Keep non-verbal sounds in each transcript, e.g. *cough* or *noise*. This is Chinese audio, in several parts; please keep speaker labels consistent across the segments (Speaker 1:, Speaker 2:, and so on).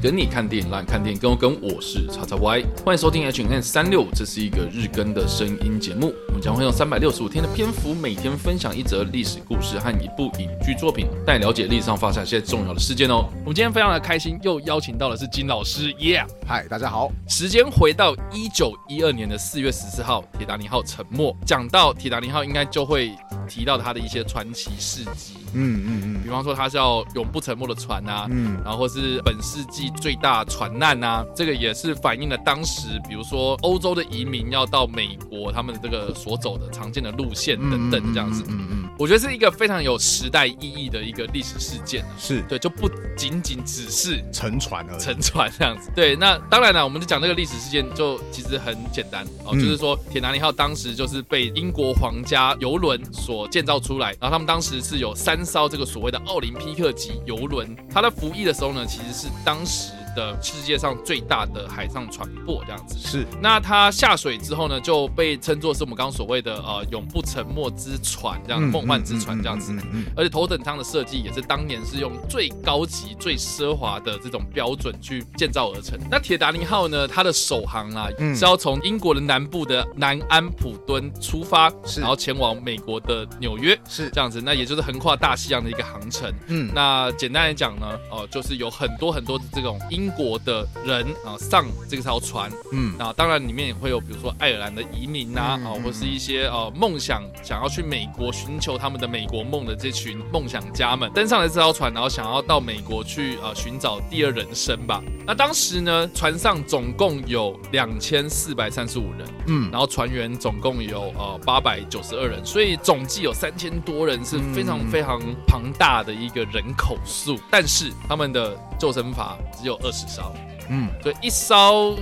Speaker 1: 跟你看电影，让你看电影跟我跟我是叉叉 Y，欢迎收听 H N N 三六，这是一个日更的声音节目，我们将会用三百六十五天的篇幅，每天分享一则历史故事和一部影剧作品，带你了解历史上发生一些重要的事件哦。我们今天非常的开心，又邀请到的是金老师耶
Speaker 2: 嗨，大家好。
Speaker 1: 时间回到一九一二年的四月十四号，铁达尼号沉没。讲到铁达尼号，应该就会提到它的一些传奇事迹，
Speaker 2: 嗯嗯
Speaker 1: 比方说它叫永不沉没的船啊，
Speaker 2: 嗯
Speaker 1: 然后或是本世纪最大船难啊，这个也是反映了当时，比如说欧洲的移民要到美国，他们这个所走的常见的路线
Speaker 2: 嗯，
Speaker 1: 等等这样子。
Speaker 2: 嗯嗯，
Speaker 1: 我觉得是一个非常有时代意义的一个历史事件啊，
Speaker 2: 是
Speaker 1: 对，就不仅仅只是
Speaker 2: 沉船而已。
Speaker 1: 沉船这样子。对，那当然了，我们就讲这个历史事件，就其实很简单哦，
Speaker 2: 嗯
Speaker 1: 就是说铁达尼号当时就是被英国皇家游轮所建造出来，然后他们当时是有三艘这个所谓的奥林匹克级游轮，它在服役的时候呢，其实是当时的世界上最大的海上船舶这样子。
Speaker 2: 是，
Speaker 1: 那它下水之后呢，就被称作是我们刚刚所谓的呃永不沉没之船，这样
Speaker 2: 嗯
Speaker 1: 梦幻之船这样子。
Speaker 2: 嗯嗯嗯嗯
Speaker 1: 而且头等舱的设计也是当年是用最高级、最奢华的这种标准去建造而成。那铁达尼号呢，它的首航啊，
Speaker 2: 嗯
Speaker 1: 是要从英国的南部的南安普敦出发，
Speaker 2: 是
Speaker 1: 然后前往美国的纽约，
Speaker 2: 是
Speaker 1: 这样子。那也就是横跨大西洋的一个航程。
Speaker 2: 嗯
Speaker 1: 那简单来讲呢，哦、就是有很多很多的这种英国的人啊、上这艘船，
Speaker 2: 嗯
Speaker 1: 那当然里面也会有比如说爱尔兰的移民呐、啊，
Speaker 2: 嗯
Speaker 1: 或是一些呃梦想想要去美国寻求他们的美国梦的这群梦想家们登上了这艘船，然后想要到美国去呃寻找第二人生吧。那当时呢，船上总共有两千四百三十五人，
Speaker 2: 嗯，
Speaker 1: 然后船员总共有呃八百九十二人，所以总计有三千多人，是非常
Speaker 2: 嗯
Speaker 1: 非常庞大的一个人口数。但是他们的救生筏只有二十艘。
Speaker 2: 嗯，
Speaker 1: 对，一艘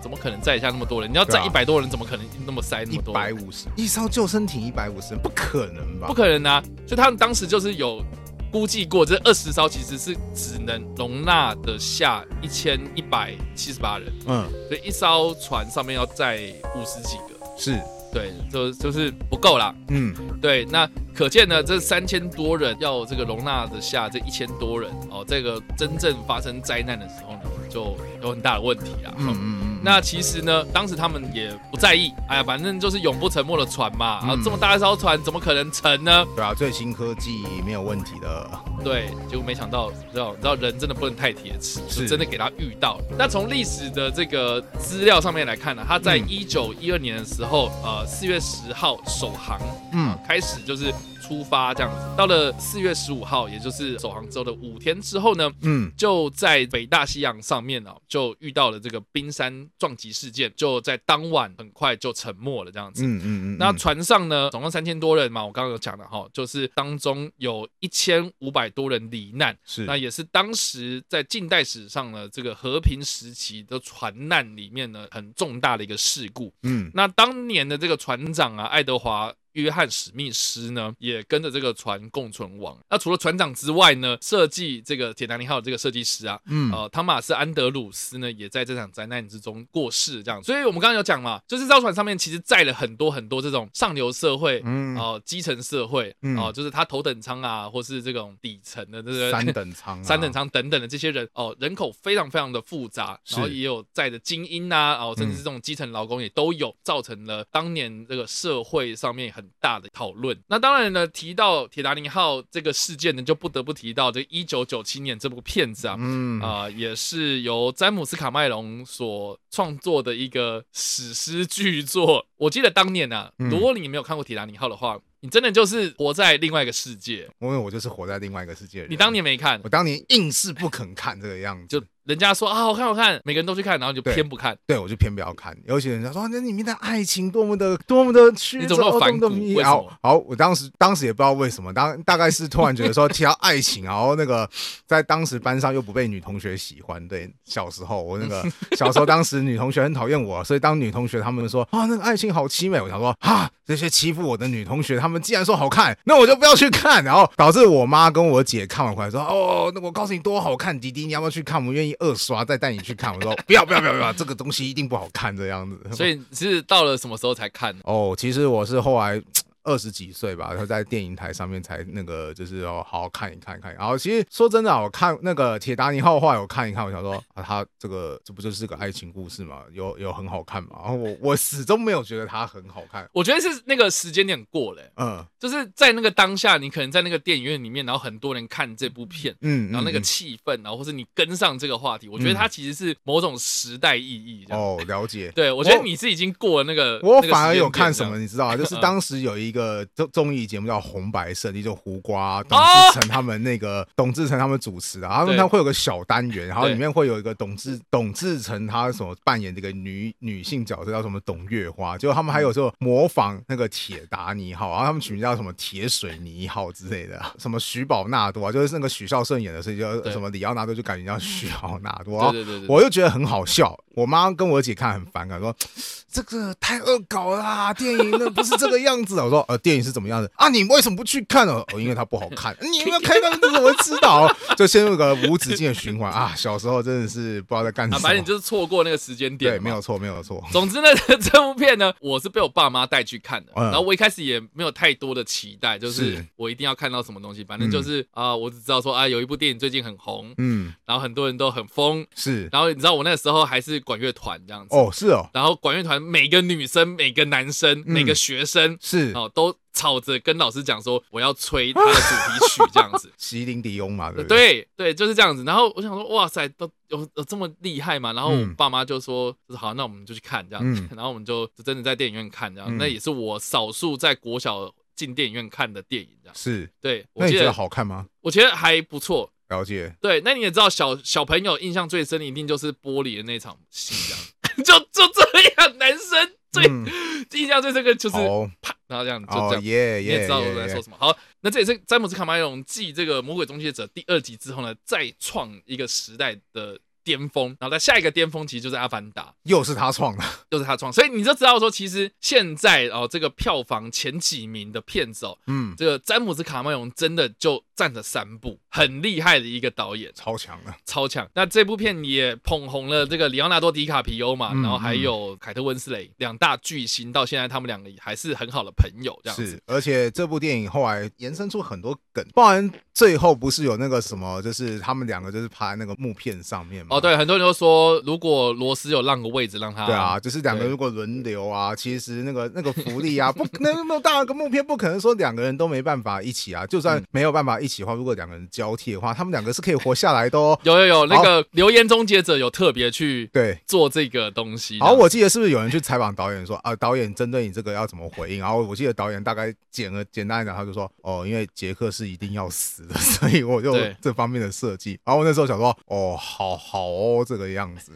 Speaker 1: 怎么可能载下那么多人？你要载一
Speaker 2: 对啊
Speaker 1: 百多人，怎么可能那么塞那
Speaker 2: 一
Speaker 1: 么多
Speaker 2: 百
Speaker 1: 人？
Speaker 2: 五十，一艘救生艇一百五十，不可能吧？
Speaker 1: 不可能啊！就他们当时就是有估计过，这二十艘其实是只能容纳得下一千一百七十八人，
Speaker 2: 嗯，
Speaker 1: 所以一艘船上面要载五十几个。
Speaker 2: 是，
Speaker 1: 对，就就是不够啦。
Speaker 2: 嗯
Speaker 1: 对，那可见呢，这三千多人要这个容纳得下这一千多人哦，这个真正发生灾难的时候呢，就有很大的问题啊啦。
Speaker 2: 嗯嗯嗯，
Speaker 1: 那其实呢，当时他们也不在意，哎呀，反正就是永不沉没的船嘛，
Speaker 2: 嗯
Speaker 1: 啊，这么大一艘船怎么可能沉呢？
Speaker 2: 对啊，最新科技没有问题的。
Speaker 1: 对，结果没想到，你知道，你知道人真的不能太铁齿，
Speaker 2: 是
Speaker 1: 就真的给他遇到了。那从历史的这个资料上面来看呢、他在
Speaker 2: 嗯
Speaker 1: 一九一二年的时候，呃，四月十号首航
Speaker 2: 嗯
Speaker 1: 开始就是出发这样子，到了四月十五号，也就是首航之后的五天之后呢，
Speaker 2: 嗯，
Speaker 1: 就在北大西洋上面哦，就遇到了这个冰山撞击事件，就在当晚很快就沉没了这样子。
Speaker 2: 嗯嗯嗯，
Speaker 1: 那
Speaker 2: 嗯
Speaker 1: 船上呢，总共三千多人嘛，我刚刚有讲了哈，就是当中有一千五百多人罹难，
Speaker 2: 是
Speaker 1: 那也是当时在近代史上呢，这个和平时期的船难里面呢，很重大的一个事故。
Speaker 2: 嗯
Speaker 1: 那当年的这个船长啊，爱德华。约翰史密斯呢，也跟着这个船共存亡。那除了船长之外呢，设计这个铁达尼号的这个设计师啊，
Speaker 2: 嗯
Speaker 1: 呃，汤马斯·安德鲁斯呢，也在这场灾难之中过世，这样。所以我们刚刚有讲嘛，就是造船上面其实载了很多很多这种上流社会。
Speaker 2: 嗯，
Speaker 1: 哦，基层社会哦、
Speaker 2: 嗯
Speaker 1: 就是他头等舱啊，或是这种底层的这个
Speaker 2: 三等舱啊，
Speaker 1: 三等舱等等的这些人哦，人口非常非常的复杂，
Speaker 2: 是嗯
Speaker 1: 然后也有在的精英呐、啊，哦，甚至是这种基层劳工也都有，造成了当年这个社会上面很大的讨论。那当然呢，提到铁达尼号这个事件呢，就不得不提到这一九九七年这部片子啊。
Speaker 2: 嗯
Speaker 1: 啊、也是由詹姆斯·卡麦隆所创作的一个史诗巨作。我记得当年啊，
Speaker 2: 嗯
Speaker 1: 如果你没有看过《铁达尼号》的话，你真的就是活在另外一个世界。
Speaker 2: 因为我就是活在另外一个世界的人。
Speaker 1: 你当年没看
Speaker 2: 我，当年硬是不肯看这个样子，
Speaker 1: 就人家说啊，好看好看，每个人都去看，然后你就
Speaker 2: 对
Speaker 1: 偏不看，
Speaker 2: 对我就偏不要看。有些人家说那里面的爱情多么的多么的曲
Speaker 1: 你
Speaker 2: 折，
Speaker 1: 怎
Speaker 2: 哦
Speaker 1: 么那么反骨
Speaker 2: 多么的迷
Speaker 1: 为什么
Speaker 2: 好，好，我当时当时也不知道为什么，当大概是突然觉得说提到爱情，然后那个在当时班上又不被女同学喜欢，对，小时候我那个小时候当时女同学很讨厌我，所以当女同学她们说啊那个爱情好凄美，我想说啊这些欺负我的女同学她们既然说好看，那我就不要去看，然后导致我妈跟我姐看完回来说哦那我告诉你多好看，弟弟你要不要去看？我们愿意二刷再带你去看。我说不要不要不要不要，这个东西一定不好看这样子。
Speaker 1: 所以是到了什么时候才看呢？
Speaker 2: 哦，其实我是后来二十几岁吧，他在电影台上面才那个就是哦，好好看一看看一看。然后其实说真的啊，我看那个《铁达尼号》后来我看一看，我想说啊，他这个这不就是个爱情故事吗？有有很好看吗？然后我我始终没有觉得它很好看。
Speaker 1: 我觉得是那个时间点过了、
Speaker 2: 嗯
Speaker 1: 就是在那个当下，你可能在那个电影院里面，然后很多人看这部片，
Speaker 2: 嗯，
Speaker 1: 然后那个
Speaker 2: 嗯
Speaker 1: 气氛，然后或是你跟上这个话题，我觉得它其实是某种时代意义。这
Speaker 2: 嗯
Speaker 1: 样，
Speaker 2: 哦，了解。
Speaker 1: 对我觉得你是已经过了那个，
Speaker 2: 我
Speaker 1: 那个
Speaker 2: 反而
Speaker 1: 时间
Speaker 2: 有
Speaker 1: 点
Speaker 2: 看
Speaker 1: 这
Speaker 2: 什
Speaker 1: 样
Speaker 2: 么，你知
Speaker 1: *laughs*
Speaker 2: 道吗？啊就是
Speaker 1: 嗯
Speaker 2: 当时有一个综综艺节目叫《红白胜利》，就胡瓜、董
Speaker 1: 哦
Speaker 2: 志成他们那个董志成他们主持的，啊然后他
Speaker 1: 对
Speaker 2: 们会有个小单元，然后
Speaker 1: 对
Speaker 2: 里面会有一个董志董志成他所扮演这个女女性角色叫什么董月花，结果他们还
Speaker 1: 嗯
Speaker 2: 有时候模仿那个铁达尼号，然后他们取名叫什么铁水泥号之类的，什么许宝纳多啊，就是那个许绍胜演的，所以叫
Speaker 1: 对
Speaker 2: 什么里奥纳多，就感觉
Speaker 1: *laughs*
Speaker 2: 叫许奥纳多，
Speaker 1: 对对对对对，
Speaker 2: 我又觉得很好笑。我妈跟我姐看很反感，说这个太恶搞啦，电影那不是这个样子啊。我说 *laughs* 呃，电影是怎么样子啊？你为什么不去看呢？哦，因为它不好看。 *laughs* 你有没有看到？你怎么知道？就陷入个无止境的循环啊！小时候真的是不知道在干什
Speaker 1: 啊，
Speaker 2: 么。
Speaker 1: 反正你就是错过那个时间点
Speaker 2: 对，
Speaker 1: 嘛
Speaker 2: 没有错，没有错。
Speaker 1: 总之呢， *laughs* 这部片呢，我是被我爸妈带去看的，
Speaker 2: 嗯
Speaker 1: 然后我一开始也没有太多的期待，就是
Speaker 2: 是
Speaker 1: 我一定要看到什么东西，反正就是啊、我只知道说啊，有一部电影最近很红，
Speaker 2: 嗯，
Speaker 1: 然后很多人都很疯，
Speaker 2: 是
Speaker 1: 然后你知道我那个时候还是管乐团这样子，
Speaker 2: 哦，是哦，
Speaker 1: 然后管乐团每个女生、每个男生、
Speaker 2: 嗯
Speaker 1: 每个学生
Speaker 2: 是。
Speaker 1: 哦，都吵着跟老师讲说我要吹他的主题曲这样子
Speaker 2: 席琳迪翁嘛，对不对？
Speaker 1: 呃对对，就是这样子。然后我想说，哇塞，都有有这么厉害吗？然后我
Speaker 2: 嗯
Speaker 1: 爸妈就说，就是好，那我们就去看这样子。
Speaker 2: 嗯
Speaker 1: *laughs* 然后我们就就真的在电影院看这样，
Speaker 2: 嗯
Speaker 1: 那也是我少数在国小进电影院看的电影这样。
Speaker 2: 是。
Speaker 1: 对，我
Speaker 2: 那你
Speaker 1: 记
Speaker 2: 觉
Speaker 1: 得
Speaker 2: 得好看吗？
Speaker 1: 我觉得还不错。
Speaker 2: 了解。
Speaker 1: 对，那你也知道小小朋友印象最深的一定就是玻璃的那场戏这样， *laughs* 就就这样，男生最、
Speaker 2: 嗯，
Speaker 1: 印象最深刻就是
Speaker 2: 好
Speaker 1: 啪，然后这样就这
Speaker 2: 哦
Speaker 1: 样。
Speaker 2: 耶
Speaker 1: 你也
Speaker 2: 耶
Speaker 1: 知道我在
Speaker 2: 耶
Speaker 1: 说
Speaker 2: 耶！
Speaker 1: 什么。好，那这也是詹姆斯卡梅隆继这个《魔鬼终结者》第二集之后呢，再创一个时代的巅峰。然后在下一个巅峰，其实就是《阿凡达》，
Speaker 2: 又是他创的，
Speaker 1: 又是他创。所以你就知道说，其实现在哦，这个票房前几名的片子哦，
Speaker 2: 嗯，
Speaker 1: 这个詹姆斯卡梅隆真的就占着三部，很厉害的一个导演。
Speaker 2: 超强的。
Speaker 1: 超强。那这部片也捧红了这个里奥纳多·迪卡皮欧嘛，
Speaker 2: 嗯
Speaker 1: 然后还有凯特·温斯雷两大巨星，到现在他们两个也还是很好的朋友这样子。
Speaker 2: 是，而且这部电影后来延伸出很多梗，不然最后不是有那个什么，就是他们两个就是趴在那个木片上面嘛。
Speaker 1: 哦，。对，很多人都说，如果罗斯有让个位置让他，
Speaker 2: 对啊，，就是两个
Speaker 1: 对
Speaker 2: 如果轮流啊，其实那个那个福利啊，不那那么大一个木片，不可能说两个人都没办法一起啊。就算
Speaker 1: 嗯
Speaker 2: 没有办法一起的话，如果两个人交替的话，他们两个是可以活下来
Speaker 1: *laughs*
Speaker 2: 的哦。
Speaker 1: 有有有，那个留言终结者有特别去
Speaker 2: 对，
Speaker 1: 做这个东西。
Speaker 2: 好，我记得是不是有人去采访导演说啊，导演针对你这个要怎么回应？然后我记得导演大概简而简单来讲，他就说哦，因为杰克是一定要死的，所以我就
Speaker 1: 对
Speaker 2: 这方面的设计。然后我那时候想说哦，好好哦，这个样
Speaker 1: *laughs*
Speaker 2: 子。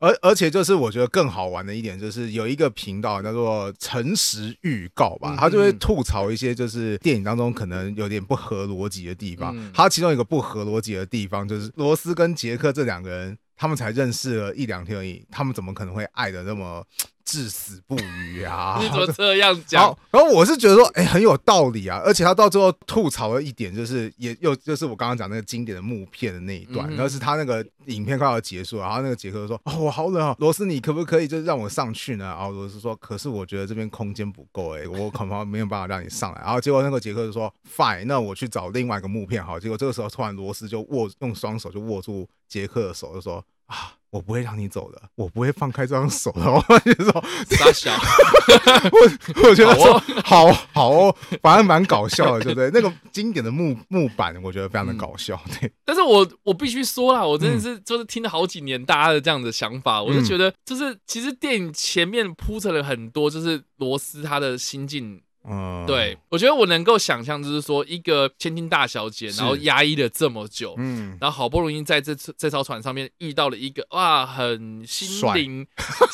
Speaker 2: 而而且就是我觉得更好玩的一点就是有一个频道叫做“诚实预告”吧
Speaker 1: 嗯，
Speaker 2: 他就会
Speaker 1: 嗯
Speaker 2: 吐槽一些就是电影当中可能有点不合逻辑的地方
Speaker 1: 嗯。？
Speaker 2: 他其中一个不合逻辑的地方就是罗斯跟杰克这两个人，他们才认识了一两天而已，他们怎么可能会爱的那么至死不渝啊 *laughs*
Speaker 1: 你怎么这样讲
Speaker 2: 好？，然后我是觉得说，哎、很有道理啊，而且他到最后吐槽了一点，就是也又就是我刚刚讲那个经典的木片的那一段，
Speaker 1: 嗯
Speaker 2: 然后是他那个影片快要结束了，然后那个杰克就说：“哦，我好冷哦，罗斯，你可不可以就是让我上去呢？”然后罗斯说：“可是我觉得这边空间不够、哎，我恐怕没有办法让你上来。”然后结果那个杰克就说：“Fine，那我去找另外一个木片好。”结果这个时候突然罗斯就握用双手就握住杰克的手，就说：“啊。”我不会让你走的，我不会放开这双手的。 *laughs* 然后我就说，
Speaker 1: 傻
Speaker 2: *laughs*
Speaker 1: 小，
Speaker 2: 我我觉
Speaker 1: 好
Speaker 2: 得
Speaker 1: 哦
Speaker 2: 说好好哦，反正蛮搞笑的，对不对？那个经典的木木板，我觉得非常的搞笑。对，
Speaker 1: 但是我我必须说啦，我真的
Speaker 2: 嗯
Speaker 1: 是就是听了好几年大家的这样的想法，我就觉得就是其实电影前面铺陈了很多，就是罗斯他的心境
Speaker 2: 嗯，
Speaker 1: 对，，我觉得我能够想象，就是说一个千金大小姐，
Speaker 2: 是
Speaker 1: 然后压抑了这么久，
Speaker 2: 嗯，
Speaker 1: 然后好不容易在这次这艘船上面遇到了一个哇，很心
Speaker 2: 帅
Speaker 1: 灵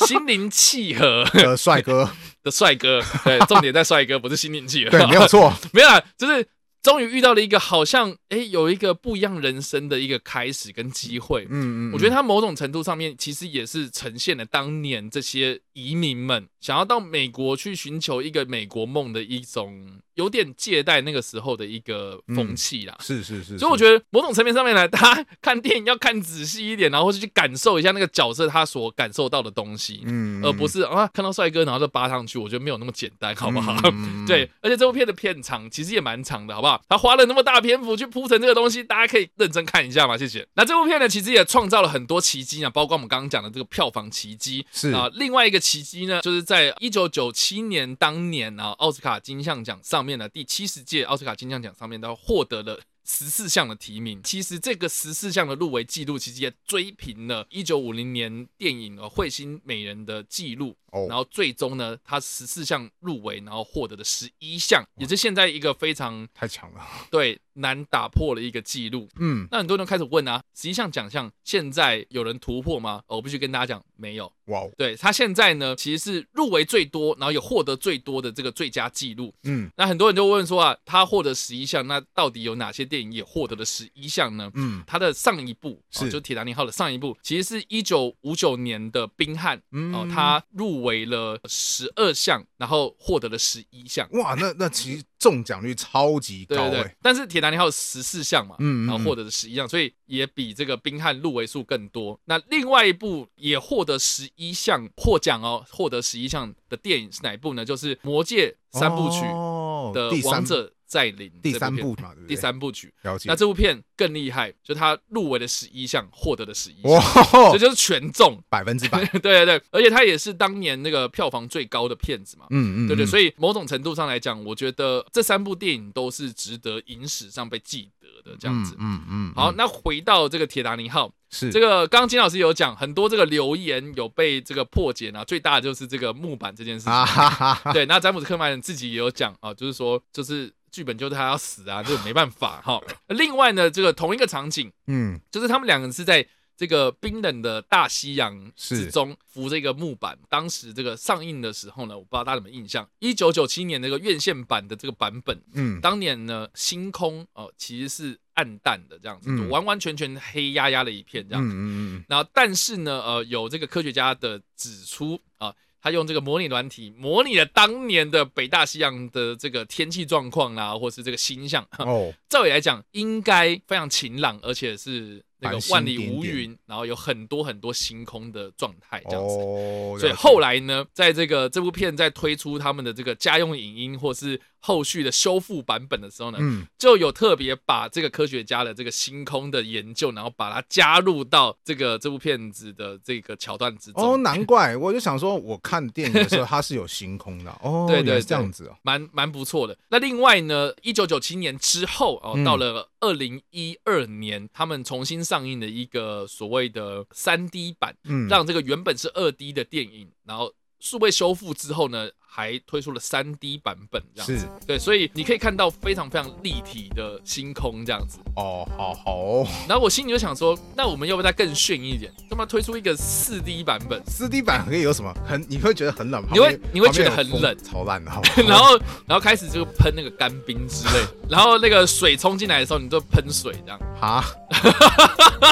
Speaker 1: 心灵契合
Speaker 2: 呃，帅
Speaker 1: *laughs*
Speaker 2: 哥，
Speaker 1: 的帅哥。对，重点在帅哥，不是心灵契合。
Speaker 2: 对，没有，错，
Speaker 1: *laughs* 没有啦，就是终于遇到了一个好像哎有一个不一样人生的一个开始跟机会。
Speaker 2: 嗯嗯，
Speaker 1: 我觉得它某种程度上面其实也是呈现了当年这些移民们想要到美国去寻求一个美国梦的一种有点借贷那个时候的一个
Speaker 2: 嗯
Speaker 1: 风气啦。
Speaker 2: 是是是，
Speaker 1: 所以我
Speaker 2: 得
Speaker 1: 觉得某种层面上面来，大家看电影要看仔细一点，然后去感受一下那个角色他所感受到的东西，
Speaker 2: 嗯
Speaker 1: 而不是啊看到帅哥然后就扒上去，我觉得没有那么简单，好不好？*laughs*
Speaker 2: 嗯
Speaker 1: 对，而且这部片的片长其实也蛮长的，好不好？他花了那么大篇幅去铺陈这个东西，大家可以认真看一下嘛，谢谢。那这部片呢，其实也创造了很多奇迹啊，包括我们刚刚讲的这个票房奇迹，
Speaker 2: 是
Speaker 1: 啊、另外一个奇迹呢，就是在一九九七年当年啊，奥斯卡金像奖上面呢，第七十届奥斯卡金像奖上面，它获得了。十四项的提名，其实这个十四项的入围记录，其实也追平了一九五零年电影《呃彗星美人》的记录。
Speaker 2: 哦
Speaker 1: 然后最终呢，他十四项入围，然后获得的十一项，也是现在一个非常
Speaker 2: 太强了，
Speaker 1: 对难打破了一个记录。
Speaker 2: 嗯，
Speaker 1: 那很多人开始问啊，十一项奖项现在有人突破吗？哦我必须跟大家讲，没有。
Speaker 2: 哇哦，
Speaker 1: 对他现在呢，其实是入围最多，然后也获得最多的这个最佳纪录。
Speaker 2: 嗯
Speaker 1: 那很多人就问说啊，他获得十一项，那到底有哪些电影也获得了十一项呢？
Speaker 2: 嗯
Speaker 1: 他的上一部
Speaker 2: 是
Speaker 1: 哦、就《铁达尼号》的上一部，其实是一九五九年的《冰汉》
Speaker 2: 嗯
Speaker 1: 哦，他入围了十二项，然后获得了十一项。
Speaker 2: 哇，那那其实中奖率超级
Speaker 1: 对
Speaker 2: 高
Speaker 1: 对对
Speaker 2: 哎，，
Speaker 1: 但是铁达尼号十四项嘛，
Speaker 2: 嗯嗯嗯
Speaker 1: 然后获得了十一项，所以也比这个冰汉入围数更多。那另外一部也获得十一项获奖哦，获得十一项的电影是哪一部呢？就是《魔戒》三部曲
Speaker 2: 哦
Speaker 1: 的
Speaker 2: 第
Speaker 1: 《
Speaker 2: 三
Speaker 1: 王者再临》
Speaker 2: 第
Speaker 1: 这
Speaker 2: 三
Speaker 1: 片
Speaker 2: 部嘛，对不对
Speaker 1: 第三部曲。
Speaker 2: 了解
Speaker 1: 那，这部片更厉害，就它入围了十一项，获得了十一项，
Speaker 2: 哇
Speaker 1: 这，就是全中。
Speaker 2: 百分之百
Speaker 1: *laughs* 对，对对，而且它也是当年那个票房最高的片子嘛。
Speaker 2: 嗯嗯，
Speaker 1: 对对，所
Speaker 2: 以
Speaker 1: 以某种程度上来讲，我觉得这三部电影都是值得影史上被记得的这样子。
Speaker 2: 嗯嗯，嗯
Speaker 1: 好，，那回到这个铁达尼号，
Speaker 2: 是
Speaker 1: 这个刚刚金老师有讲很多这个留言有被这个破解呢，最大的就是这个木板这件事情。
Speaker 2: 啊哈哈哈，
Speaker 1: 对，那詹姆斯·科曼人自己也有讲啊，就是说，就是剧本就是他要死啊，这个没办法哈。另外呢，这个同一个场景，
Speaker 2: 嗯，
Speaker 1: 就是他们两个人是在这个冰冷的大西洋之
Speaker 2: 是
Speaker 1: 中扶着一个木板。当时这个上映的时候呢，我不知道大家有没有印象，一九九七年那个院线版的这个版本，
Speaker 2: 嗯，
Speaker 1: 当年呢星空哦、呃其实是暗淡的这样子，
Speaker 2: 嗯
Speaker 1: 就完完全全黑压压的一片这样
Speaker 2: 嗯
Speaker 1: 子。
Speaker 2: 嗯嗯，
Speaker 1: 然后但是呢，呃，有这个科学家的指出啊、他用这个模拟软体模拟了当年的北大西洋的这个天气状况啦、或是这个星象。
Speaker 2: 嗯哦，
Speaker 1: *laughs* 照理来讲，应该非常晴朗，而且是那个
Speaker 2: 繁星
Speaker 1: 万里无
Speaker 2: 点
Speaker 1: 云，然后有很多很多星空的状态这样子。
Speaker 2: 哦，
Speaker 1: 所以
Speaker 2: 了解
Speaker 1: 后来呢，在这个这部片在推出他们的这个家用影音或是后续的修复版本的时候呢，
Speaker 2: 嗯，
Speaker 1: 就有特别把这个科学家的这个星空的研究，然后把它加入到这个这部片子的这个桥段之
Speaker 2: 哦，
Speaker 1: 中，
Speaker 2: 难怪，我就想说，我看电影的时候它是有星空的，哦，
Speaker 1: 对对
Speaker 2: 原来是这
Speaker 1: 对
Speaker 2: 样子哦，
Speaker 1: 蛮蛮不错的。那另外呢，一九九七年之后哦
Speaker 2: 嗯，
Speaker 1: 到了二零一二年，他们重新上映的一个所谓的三 D 版，
Speaker 2: 嗯，
Speaker 1: 让这个原本是二 D 的电影，然后数位修复之后呢，还推出了三 D 版本，这样子。
Speaker 2: 是
Speaker 1: 对，所以你可以看到非常非常立体的星空这样子。
Speaker 2: 哦，好好哦，
Speaker 1: 然后我心里就想说，那我们要不要再更炫一点？他妈推出一个四 D 版本，
Speaker 2: 四 D 版可以有什么？很你会觉得很冷，
Speaker 1: 你会
Speaker 2: 旁边
Speaker 1: 你会觉得
Speaker 2: 旁边有
Speaker 1: 很冷
Speaker 2: 风超烂的，好
Speaker 1: *laughs* 然后然后开始就喷那个干冰之类，然后那个水冲进来的时候，你就喷水这样，
Speaker 2: 啊，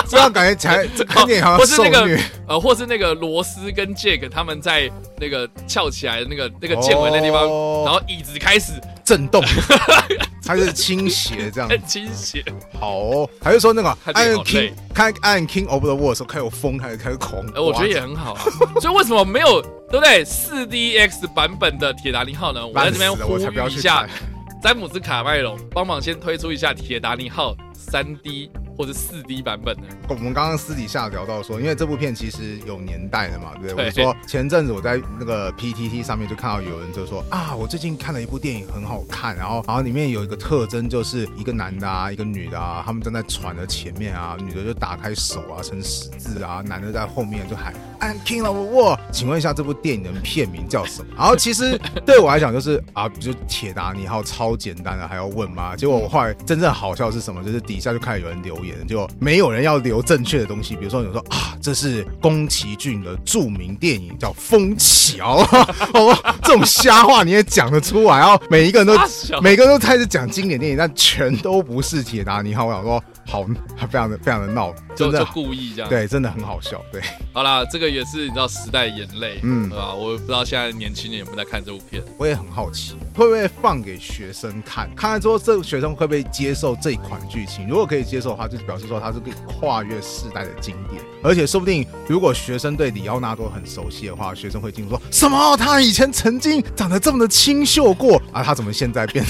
Speaker 2: 这样感觉起来这看电影好
Speaker 1: 哦或
Speaker 2: 像
Speaker 1: 是
Speaker 2: 受
Speaker 1: 那个
Speaker 2: 虐，
Speaker 1: 呃，或是那个罗斯跟 Jack 他们在那个翘起来的那个那个剑尾那地方，
Speaker 2: 哦
Speaker 1: 然后椅子开始
Speaker 2: 震动，它是倾斜这样，
Speaker 1: 很倾斜，
Speaker 2: 好哦，还是说那个
Speaker 1: 看电影
Speaker 2: Iron
Speaker 1: 好
Speaker 2: King
Speaker 1: 累
Speaker 2: 看 Iron King of the World 的时候，开始有风，开始开始狂刮，
Speaker 1: 呃，我觉得也很好啊。所以为什么没有对不对四 DX 版本的铁达尼号呢？我在
Speaker 2: 烂
Speaker 1: 这
Speaker 2: 死
Speaker 1: 边
Speaker 2: 了，
Speaker 1: 呼
Speaker 2: 我才不要
Speaker 1: 吁一
Speaker 2: 去
Speaker 1: 下
Speaker 2: 看，
Speaker 1: 詹姆斯卡麦隆帮忙先推出一下铁达尼号三 D 或者四 D 版本的。
Speaker 2: 我们刚刚私底下聊到说，因为这部片其实有年代的嘛，对不对？
Speaker 1: 对
Speaker 2: 我说前阵子我在那个 PTT 上面就看到有人就说啊，我最近看了一部电影很好看，然后然后里面有一个特征就是一个男的啊，一个女的啊，他们站在船的前面啊，女的就打开手啊成十字啊，男的在后面就喊 I'm King of the World。请问一下，这部电影的片名叫什么？然后其实对我来讲就是啊，就铁达尼号超简单的，还要问吗？结果我后来真正好笑是什么？就是底下就开始有人留言，就没有人要留正确的东西，比如说有人说啊，这是宫崎骏的著名电影叫《枫桥》，哦， *laughs* 这种瞎话你也讲得出来？然后每一个人都
Speaker 1: 啊大小
Speaker 2: 每个人都开始讲经典电影，但全都不是铁达尼号。我想说，好，非常的非常的闹，
Speaker 1: 就
Speaker 2: 真
Speaker 1: 就
Speaker 2: 的啊
Speaker 1: 故意啊这样。，
Speaker 2: 对，真的很好笑，对，
Speaker 1: 好啦，这个也是你知道时代眼泪，嗯，
Speaker 2: 嗯
Speaker 1: 对吧？我不知道现在年轻人有没有在看这部片，
Speaker 2: 我也很好奇，会不会放给学生看？看了之后，这个学生会不会接受这一款剧情？如果可以接受的话，就表示说它是个跨越世代的经典。而且说不定，如果学生对里奥纳多很熟悉的话，学生会进入说什么？他以前曾经长得这么的清秀过 *laughs* 啊，他怎么现在变？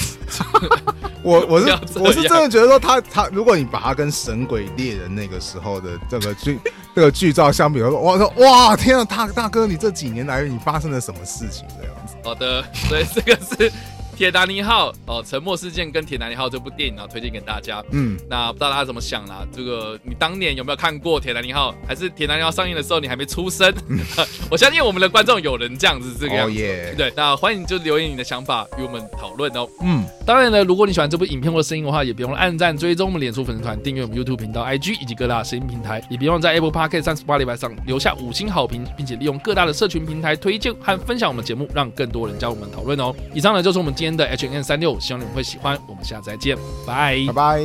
Speaker 2: 我我
Speaker 1: 不
Speaker 2: 是
Speaker 1: 要这样
Speaker 2: 我是真的觉得说他他，如果你把他跟《神鬼猎人》那个时候的这个剧 *laughs* 这个剧照相比，我说我说哇天啊，大大哥，你这几年来你发生了什么事情这样子？
Speaker 1: 好的，所以这个是《铁达尼号》哦，《沉没事件》跟《铁达尼号》这部电影呢，推荐给大家。
Speaker 2: 嗯。
Speaker 1: 那不知道大家怎么想啦？这个你当年有没有看过《铁达尼号》？还是《铁达尼号》上映的时候你还没出生？ *laughs* 我相信我们的观众有人这样子这个样
Speaker 2: 嗯哦
Speaker 1: 子。
Speaker 2: 耶
Speaker 1: 对，那欢迎就留言你的想法与我们讨论哦。
Speaker 2: 嗯，
Speaker 1: 当然呢，如果你喜欢这部影片或声音的话，也别忘了按赞、追踪我们脸书粉丝团、订阅我们 YouTube 频道、IG 以及各大声音平台，也别忘了在 Apple Podcast 三十八礼拜上留下五星好评，并且利用各大的社群平台推荐和分享我们节目，让更多人加入我们讨论哦。以上呢就是我们今天的 H N 三六，希望你们会喜欢，我们下次再见，拜
Speaker 2: 拜拜。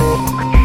Speaker 3: Thank